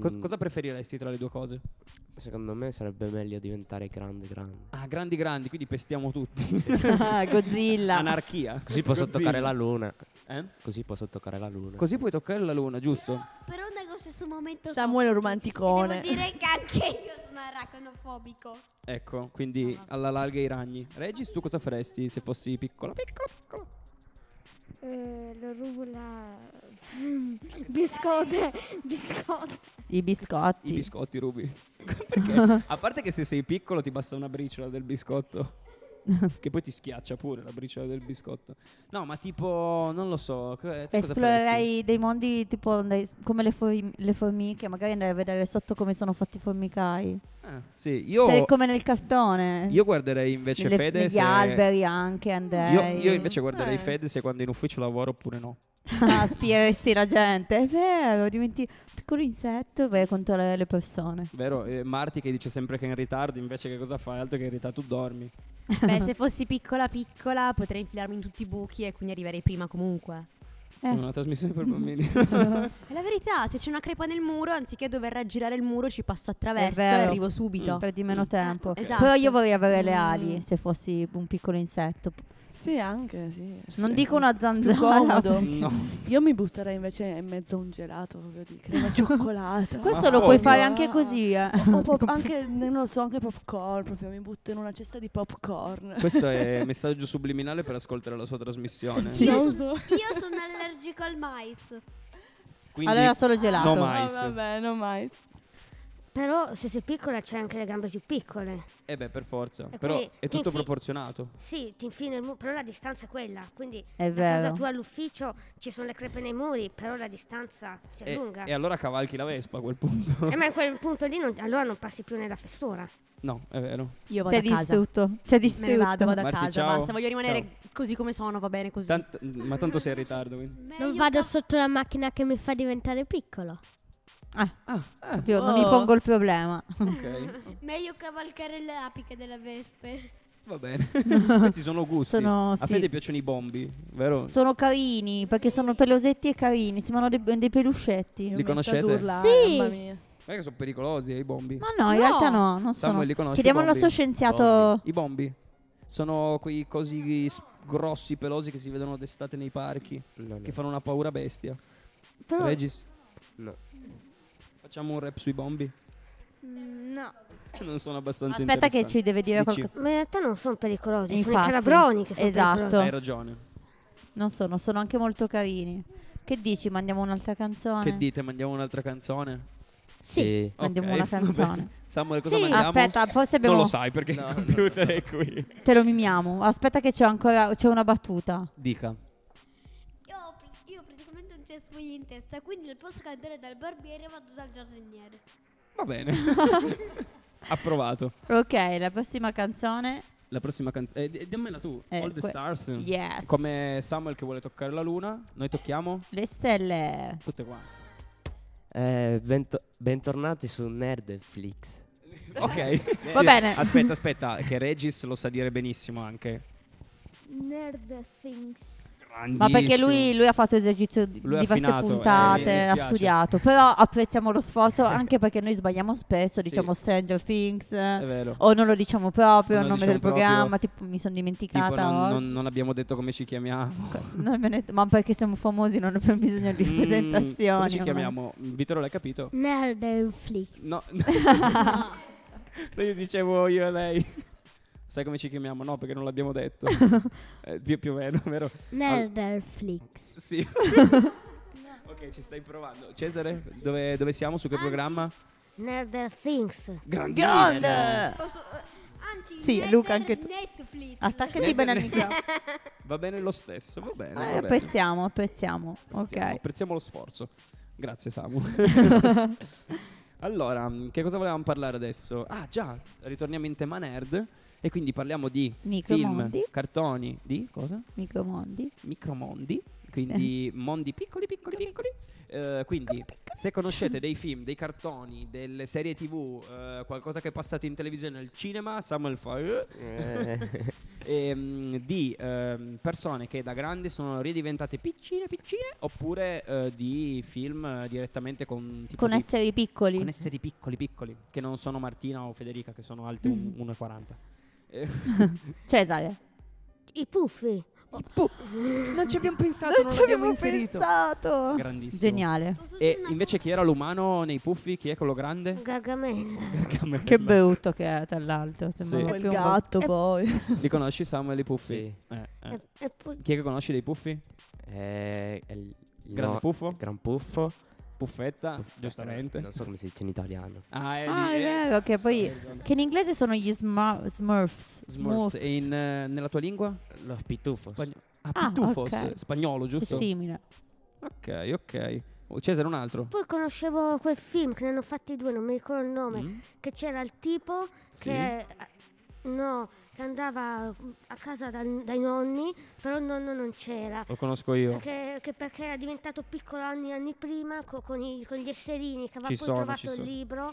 Co-
Mm,
cosa preferiresti tra le due cose?
Secondo me sarebbe meglio diventare grande, grande.
Ah, grandi grandi, quindi pestiamo tutti.
Ah, Godzilla.
Anarchia.
Così posso
Godzilla.
toccare la luna.
Eh?
Così posso toccare la luna.
Così puoi toccare la luna, giusto?
Però nello stesso momento
Samuele
sono-
romanticone.
Devo dire che anche io sono arachnofobico.
Ecco, quindi alla larga i ragni. Regis, tu cosa faresti se fossi piccola? Piccola, piccola.
Eh, lo rubo la... biscotte, biscotte.
I biscotti.
I biscotti rubi. Perché? A parte che se sei piccolo ti basta una briciola del biscotto. che poi ti schiaccia pure la briciola del biscotto. No, ma tipo, non lo so. co- eh, tu cosa faresti?
Esplorerai dei mondi tipo dai- come le, for- le formiche, magari andrai a vedere sotto come sono fatti i formicai.
Ah, sì, io,
Sei come nel cartone.
io guarderei invece
Nelle-
Fede
negli
se...
eh, alberi anche andrei.
Io, io invece guarderei
Eh.
Fede se quando in ufficio lavoro oppure no.
Ah, spieresti la gente. È vero, diventi un piccolo insetto e vai a controllare le persone.
Vero? Eh, Marti che dice sempre che è in ritardo, invece che cosa fai? Altro che in ritardo tu dormi.
Beh, se fossi piccola piccola potrei infilarmi in tutti i buchi e quindi arriverei prima comunque.
Eh.
Una trasmissione per bambini.
È la verità, se c'è una crepa nel muro, anziché dover raggirare il muro ci passo attraverso e
vero. Mm.
arrivo subito.
Perdi
Mm.
meno tempo.
Esatto. Mm.
Però io vorrei avere le ali se fossi un piccolo insetto.
Sì, anche, sì.
Non
Sì.
dico una
Più
zanzara.
comodo.
No.
Io mi butterei invece in mezzo a un gelato, proprio di crema cioccolata.
Questo
Ma
lo puoi
come?
fare anche così, eh.
O pop- anche, non lo so, anche popcorn, proprio mi butto in una cesta di popcorn.
Questo è messaggio subliminale per ascoltare la sua trasmissione.
Sì.
Io,
Non
sono- io sono allergico al mais.
Quindi
Allora solo gelato.
no mais.
Ah, vabbè, no mai.
Però se sei piccola c'hai anche le gambe più piccole.
Eh beh, per forza.
E
Però
quindi
è
ti
tutto
infi-
proporzionato.
Sì, ti infine il muro, però la distanza è quella. Quindi
È
da casa
vero.
tua all'ufficio ci sono le crepe nei muri, però la distanza si
E,
allunga.
Eh, e allora cavalchi la Vespa a quel punto.
Eh, ma in quel punto lì non- allora non passi più nella fessura.
no, è vero.
Io
Ti
vado
ha
a casa.
distrutto. Ti ha
Me ne vado,
distrutto.
vado a
Marti,
casa,
Oh, ciao.
basta. Voglio rimanere
Ciao.
così come sono, va bene così.
Tant- ma tanto sei in ritardo. Quindi.
Non
Meglio
vado sotto la macchina che mi fa diventare piccolo.
Ah, eh,
Proprio Non mi
Oh.
pongo il problema.
ok.
Meglio cavalcare le apiche della vespe.
Va bene. Questi sono gusti.
Sono,
A
sì.
Fede piacciono i bombi, vero?
Sono carini, perché sono pelosetti e carini, sembrano dei, dei peluscetti.
Li conoscete?
Sì.
Ma che sono pericolosi eh, i bombi?
Ma no, in realtà no, non sono.
Samuel, li conosci,
Chiediamo
i
al
bombi?
nostro scienziato.
I bombi. Sono quei cosi s- grossi, pelosi che si vedono d'estate nei parchi. Che fanno una paura bestia.
Però-
Regis? No. Facciamo un rap sui bombi?
Mm,
No.
Non sono abbastanza
Aspetta che
interessanti.
ci deve dire
Dici?
qualcosa.
Ma in realtà non sono pericolosi, sono i
Infatti,
calabroni che sono
esatto.
pericolosi.
Hai ragione.
Non sono, sono anche molto carini. Che dici? Mandiamo un'altra canzone?
Che dite? Mandiamo un'altra canzone?
Sì, Sì. mandiamo
Ok,
una
va
canzone.
bene. Samuel, cosa
Sì.
mandiamo?
Aspetta, forse abbiamo-
Non lo sai perché il computer è qui.
Te lo mimiamo. Aspetta che c'è ancora c'è una battuta.
Dica.
Io, pr- io praticamente non c'è sfogli in testa, quindi non posso cadere dal barbiere e vado dal giardiniere.
Va bene. Approvato.
Ok, la prossima canzone.
La prossima canzone. dammela tu.
Eh,
All the
que-
Stars.
Yes.
Come Samuel che vuole toccare la luna. Noi tocchiamo
Le stelle.
tutte quante.
Eh, bento- bentornati su Nerdflix.
Ok.
Va bene.
Eh, Aspetta, aspetta, che Regis lo sa dire benissimo anche.
Nerd things.
Ma perché lui,
Grandissimo.
lui ha fatto esercizio di
Lui è
diverse
affinato, eh, mi
puntate, ha
dispiace.
studiato, però apprezziamo lo sforzo anche perché noi sbagliamo spesso, diciamo Stranger Things,
vero.
o non lo diciamo proprio,
Non
il
lo
nome del
diciamo
programma,
proprio.
tipo mi sono dimenticata.
Tipo, non, non-
oggi.
non abbiamo detto come ci chiamiamo.
Non abbiamo detto, ma perché siamo famosi non abbiamo bisogno di
Mm,
presentazioni.
Come ci
ormai.
chiamiamo? Vittorio l'hai capito?
Nerdflix.
No. No, io dicevo io e lei. Sai come ci chiamiamo? No, perché non l'abbiamo detto. Eh, più, più o meno, vero? Al-
Nerdflix.
sì. ok, ci stai provando. Cesare, dove, dove siamo? Su che programma?
Nerd Things.
Grandissimo.
Posso- eh, anzi,
Sì,
ne-
Luca,
ne-
anche tu.
Netflix.
Attaccati bene al microfono.
Va bene lo stesso, va bene.
Eh,
va bene.
apprezziamo, apprezziamo.
Apprezziamo,
Ok.
apprezziamo lo sforzo. Grazie Samu. allora, mh, che cosa volevamo parlare adesso? Ah già, ritorniamo in tema nerd e quindi parliamo di
Micromondi.
film, cartoni, di cosa?
Micromondi.
Micromondi, quindi mondi piccoli, piccoli, piccoli. Eh, quindi, se conoscete dei film, dei cartoni, delle serie tv, eh, qualcosa che è passato in televisione, al cinema, Samuel fa... eh.
Eh.
Ehm, di ehm, persone che da grandi sono ridiventate piccine, piccine, oppure eh, di film eh, direttamente con... tipo
Con
di-
esseri piccoli.
Con esseri piccoli, piccoli, che non sono Martina o Federica, che sono alte un-
Mm.
1,40. Eh,
Cesare.
I puffi.
non ci abbiamo pensato,
non ci abbiamo pensato.
Grandissimo.
Oh, Geniale.
E invece chi era l'umano nei puffi? Chi è quello grande?
Gargamella.
Gargamella.
Che brutto che è, tra l'altro. Sembra
Quel
più un
gatto,
boh.
bo-
poi.
Li conosci Samuel i puffi?
Sì.
Eh, eh.
E, e poi
Chi è che conosci dei puffi?
Eh, è il- il
Grande
no-
puffo?
Gran puffo.
Puffetta, giustamente.
Non so come si dice in italiano.
Ah, è,
Ah, è
lì, eh.
vero, che poi... Che in inglese sono gli smar- smurfs.
Smurfs.
Smurfs.
E in, eh, nella tua lingua?
Lo pitufo.
Spagno- ah,
Ah,
pitufos,
ok.
spagnolo, giusto?
È simile.
Ok, ok. Oh, Cesare, un altro.
Poi conoscevo quel film che ne hanno fatti due, non mi ricordo il nome,
Mm.
che c'era il tipo
Sì.
che eh, no, che andava a casa dal- dai nonni, però il nonno non c'era.
Lo conosco io.
Che, che perché era diventato piccolo anni e anni prima co- con, i- con gli esserini che aveva
Ci
poi
sono, ci
trovato il
sono.
libro.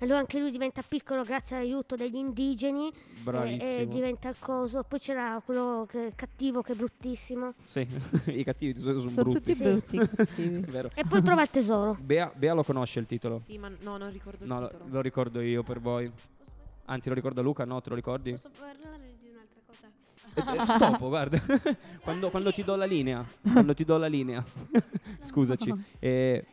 Allora anche lui diventa piccolo grazie all'aiuto degli indigeni e- e,
Bravissimo.
diventa il coso. Poi c'era quello che- cattivo che è bruttissimo.
Sì, i cattivi sono, sono
Sono
brutti.
tutti brutti.
È vero.
E poi trova il tesoro.
Bea, Bea lo conosce il titolo.
Sì, ma no, non ricordo
No,
il
lo,
titolo.
lo ricordo io per voi. Anzi, lo ricorda Luca, no? Te lo ricordi?
Posso parlare di un'altra cosa?
Eh, eh, Topo, guarda. quando, quando ti do la linea. Quando ti do la linea. Scusaci. Eh,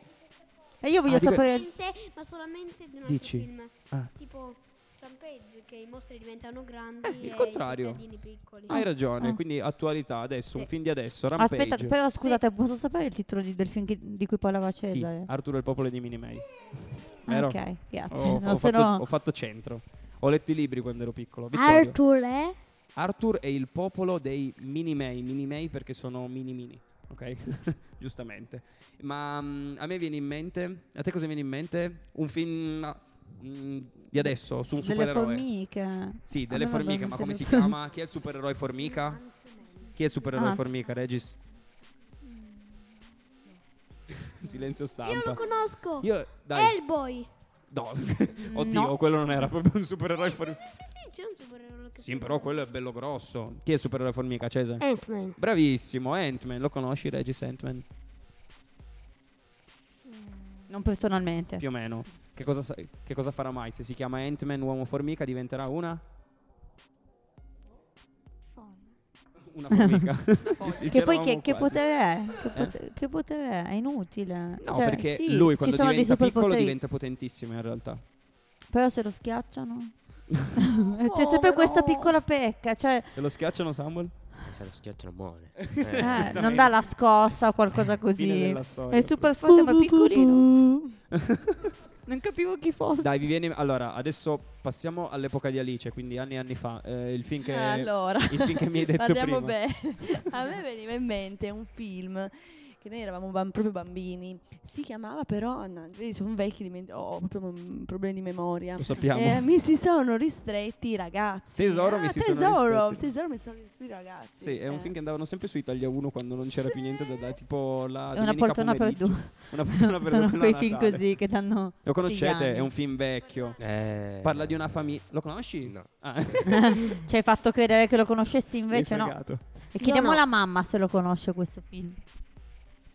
E io voglio
Ah, di que-
sapere...
Solamente- ma solamente di un altro
Dici?
film.
Ah.
Tipo Rampage, che i mostri diventano grandi e
Eh, il contrario.
i cittadini piccoli.
Hai ragione,
Ah.
quindi attualità adesso, un
Sì.
film di adesso, Rampage.
Aspetta, però scusate, posso sapere il titolo di- del film che- di cui parlava
Sì, Ah,
Cesare?
Arturo il popolo di Minimei.
ok, grazie.
Ho,
No,
ho
se
fatto,
no-
ho fatto centro. Ho letto i libri quando ero piccolo. Vittorio.
Arthur è?
Arthur è il popolo dei Minimei. Minimei perché sono mini mini, ok? Giustamente. Ma mm, a me viene in mente, a te cosa viene in mente? Un film ah, mm, di adesso, su un
Delle
supereroe.
formiche. Ah,
Sì,
A me
delle formiche,
vengono
ma
in
come si
mente le-
chiama? Chi è il supereroe formica? Chi è il supereroe
Ah.
formica, Regis? Silenzio stampa.
Io lo conosco.
Io, dai.
Hellboy. Eh
No, oddio,
No.
quello non era proprio un supereroe formica.
C'è un supereroe che
Sì, però quello è bello grosso. Chi è il supereroe formica, Cesare?
Ant-Man.
Bravissimo, Ant-Man. Lo conosci, Regis Ant-Man? Mm.
Non personalmente.
Più o meno. Che cosa, sa- che cosa farà mai? Se si chiama Ant-Man uomo formica diventerà una? Una formica. Ci-
che poi
c'eravamo
che, che
quasi.
potere è? Che,
Eh?
pote- che potere è? È inutile.
No,
Cioè,
perché
sì,
lui
ci
quando
sono dei
diventa piccolo
superpoteri,
diventa potentissimo in realtà.
Però se lo schiacciano... C'è sempre questa piccola pecca, cioè
Se lo schiacciano Samuel?
Se lo schiacciano muore.
eh, non dà la scossa o
Fine
qualcosa così.
della storia.
È super forte ma piccolino. non capivo chi fosse.
Dai, vi viene. Allora, adesso passiamo all'epoca di Alice, quindi anni e anni fa. Eh, il film che.
Allora,
il film che mi hai detto
parliamo
prima.
bene. A me veniva in mente un film che noi eravamo bam- proprio bambini. Si chiamava però, Anna, vedi, sono vecchi, diment- ho proprio un problema di memoria.
Lo sappiamo.
Eh, mi si sono ristretti i ragazzi.
Tesoro,
Ah,
mi si sono
tesoro,
ristretti.
Tesoro, mi sono ristretti i ragazzi.
Sì,
Eh.
è un film che andavano sempre su Italia 1 quando non c'era più niente da dare, tipo la
È una
domenica
poltrona per
pomeriggio.
due.
Una poltrona per
Sono
due a
quei film
Natale.
così che danno
Lo
tutti gli
conoscete?
anni.
È un film vecchio. Parla di una famiglia. Lo conosci? Ah. No.
Ci hai fatto credere che lo conoscessi invece
Mi hai
no.
fregato.
E chiediamo
No, no.
alla mamma se lo conosce questo film.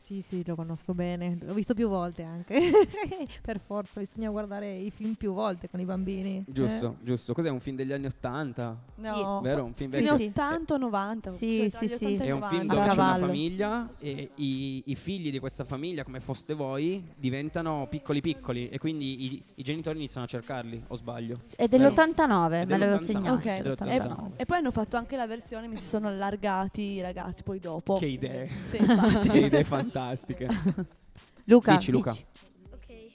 Sì, sì, lo conosco bene, l'ho visto più volte anche. per forza, bisogna guardare i film più volte con i bambini. eh.
Giusto, giusto. Cos'è? Un film degli anni 80?
No.
Vero? Un film
Fino
vecchio.
a 80 o 90.
Sì,
cioè tra gli
sì,
80 e
È un
90.
film dove c'è una famiglia e i, i figli di questa famiglia, come foste voi, diventano piccoli piccoli e quindi i, i genitori iniziano a cercarli, o sbaglio?
È
È
dell'89, me l'avevo segnato.
dell'89.
Ok,
dell'89.
e, e poi hanno fatto anche la versione, mi si sono allargati i ragazzi poi dopo.
Che idee.
Sì, infatti.
che idee fantastiche.
Luca,
Dici, Luca.
dici.
Ok. E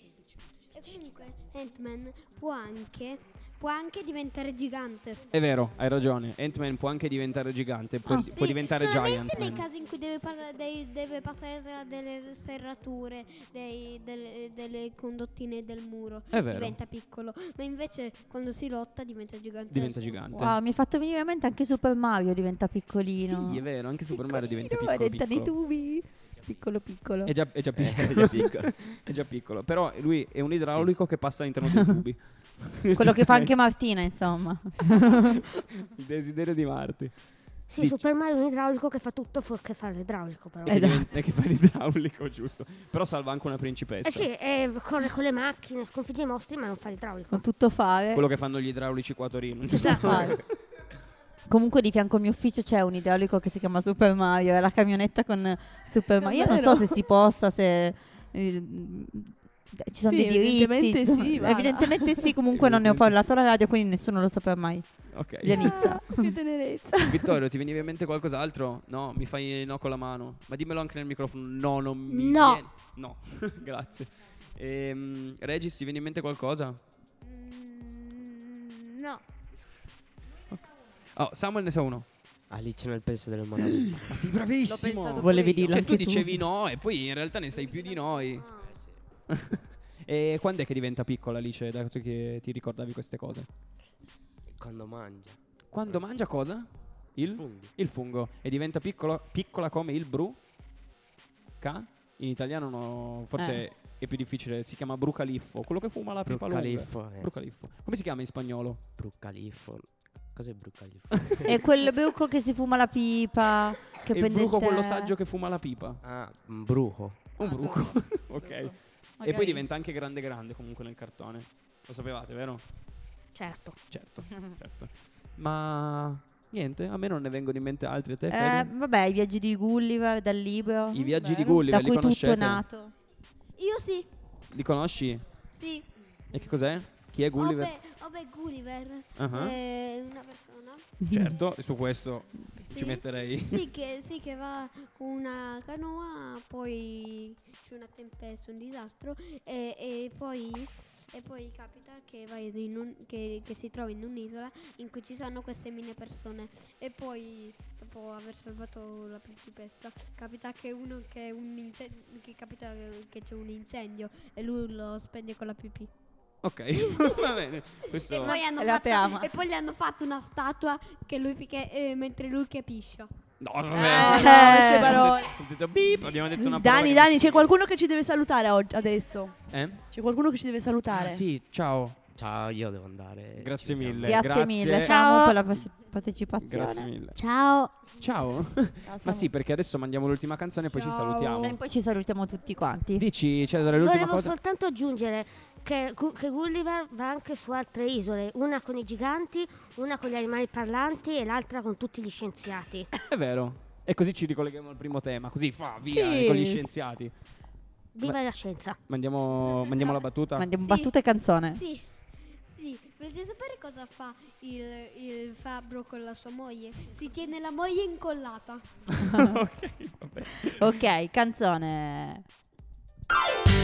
comunque Ant-Man può anche, può anche diventare gigante.
È vero, hai ragione. Ant-Man può anche diventare gigante,
Ah,
può, può
Ah, Sì,
diventare
solamente
giant.
nei casi in cui deve, par- dei- deve passare tra delle serrature, dei- delle, delle condottine del muro,
È vero.
diventa piccolo. Ma invece quando si lotta diventa gigante.
Diventa gigante.
Wow, mi hai fatto venire in mente anche Super Mario diventa piccolino.
Sì, è vero, anche Super Mario diventa
Piccolino,
piccolo.
diventa dei
piccolo.
tubi. Piccolo piccolo.
È già, è
Eh,
già piccolo.
già piccolo.
È già piccolo. Però lui è un idraulico che passa all'interno dei tubi.
Quello che fa anche
Giustamente.
Martina, insomma.
Il desiderio di Marte.
Sì,
Dici-
Super Mario è un idraulico che fa tutto fuorché fare l'idraulico però.
che diventa- che fa l'idraulico, giusto. Però salva anche una principessa.
Eh sì, eh, corre con le macchine, sconfigge i mostri ma non fa l'idraulico.
Tutto fare.
Quello che fanno gli idraulici qua a Torino, giusto?
Comunque di fianco al mio ufficio c'è un idraulico che si chiama Super Mario, è la camionetta con Super Mario. Io non
vero?
so se si possa, se eh, ci sono
Sì,
dei diritti.
evidentemente
insomma.
sì, Vara.
evidentemente sì, comunque non ne ho parlato alla radio, quindi nessuno lo saprà mai.
Ok.
Gianizza.
che tenerezza.
Vittorio, ti veniva in mente qualcos'altro? No, mi fai no con la mano. Ma dimmelo anche nel microfono. No, non mi
No.
viene- No, grazie. Ehm, Regis, ti viene in mente qualcosa?
No.
Oh, Samuel ne sa uno. Ah,
Alice Ah, nel peso delle maraviglie.
Ma sei bravissimo.
Volevi dirlo
Cioè, tu
anche tu.
dicevi no e poi in realtà ne sai più di noi. e quando è che diventa piccola Alice, dato che ti ricordavi queste cose?
Quando mangia.
Quando mangia cosa? Il fungo. Il fungo. E diventa piccolo, piccola come il bru? Ca? In italiano no, forse
Eh.
è più difficile. Si chiama brucaliffo. Quello che fuma la pipa lunga.
Brucaliffo, eh.
Brucaliffo. Come si chiama in spagnolo?
Brucaliffo. Cos'è brucaliffo?
È quel buco che si fuma la pipa, che
il
prende
bruco,
tè.
quello saggio che fuma la pipa.
Ah, un bruco.
Un bruco. ok. E
Magari-
poi diventa anche grande grande comunque nel cartone. Lo sapevate, vero?
Certo.
Certo, certo. Ma niente, a me non ne vengono in mente altri a te.
Eh,
Fede?
vabbè, i viaggi di Gulliver dal libro.
I viaggi di
da
Gulliver, li
cui tutto
conoscete?
è nato.
Io sì,
Li conosci?
sì.
E che cos'è? Chi è Gulliver?
Obe, Obe Gulliver
Ah.
è una persona.
Certo, e su questo
Sì.
ci metterei.
Sì che, sì che va con una canoa, poi c'è una tempesta, un disastro e, e poi, e poi capita che, va in un- che, che si trova in un'isola in cui ci sono queste mille persone e poi dopo aver salvato la principessa capita che uno che è un incendio, che capita che- che c'è un incendio e lui lo spegne con la pipì.
Ok, va bene. Questo...
E poi, hanno
La te
fatto,
ama.
e poi gli hanno fatto una statua che lui che, eh, mentre lui che piscia.
No, non è
no,
Eh.
queste parole.
Ho detto beep, abbiamo detto una parola.
Dani,
che-
Dani, c'è qualcuno che ci deve salutare oggi, adesso.
Eh?
Ah,
C'è qualcuno che ci deve salutare.
Ah, sì, ciao.
Ciao, io devo andare.
Grazie
ci vediamo.
mille.
Grazie,
Grazie.
mille,
Ciao.
ciao per la pace- partecipazione.
Grazie mille.
Ciao.
Ciao. Ma sì, perché adesso mandiamo l'ultima canzone e poi ci
E
salutiamo.
poi ci salutiamo tutti quanti.
Dici, Cesare, l'ultima
Volevo
cosa?
soltanto aggiungere che, Gu- che Gulliver va anche su altre isole, una con i giganti, una con gli animali parlanti e l'altra con tutti gli scienziati.
È vero. E così ci ricolleghiamo al primo tema, così fa via
Sì.
con gli scienziati.
Viva
Ma-
la scienza!
Mandiamo, mandiamo la battuta.
Mandiamo battute e canzone.
Sì, sì. Volete sapere cosa fa il, il fabbro con la sua moglie? Si tiene la moglie incollata.
ok, canzone.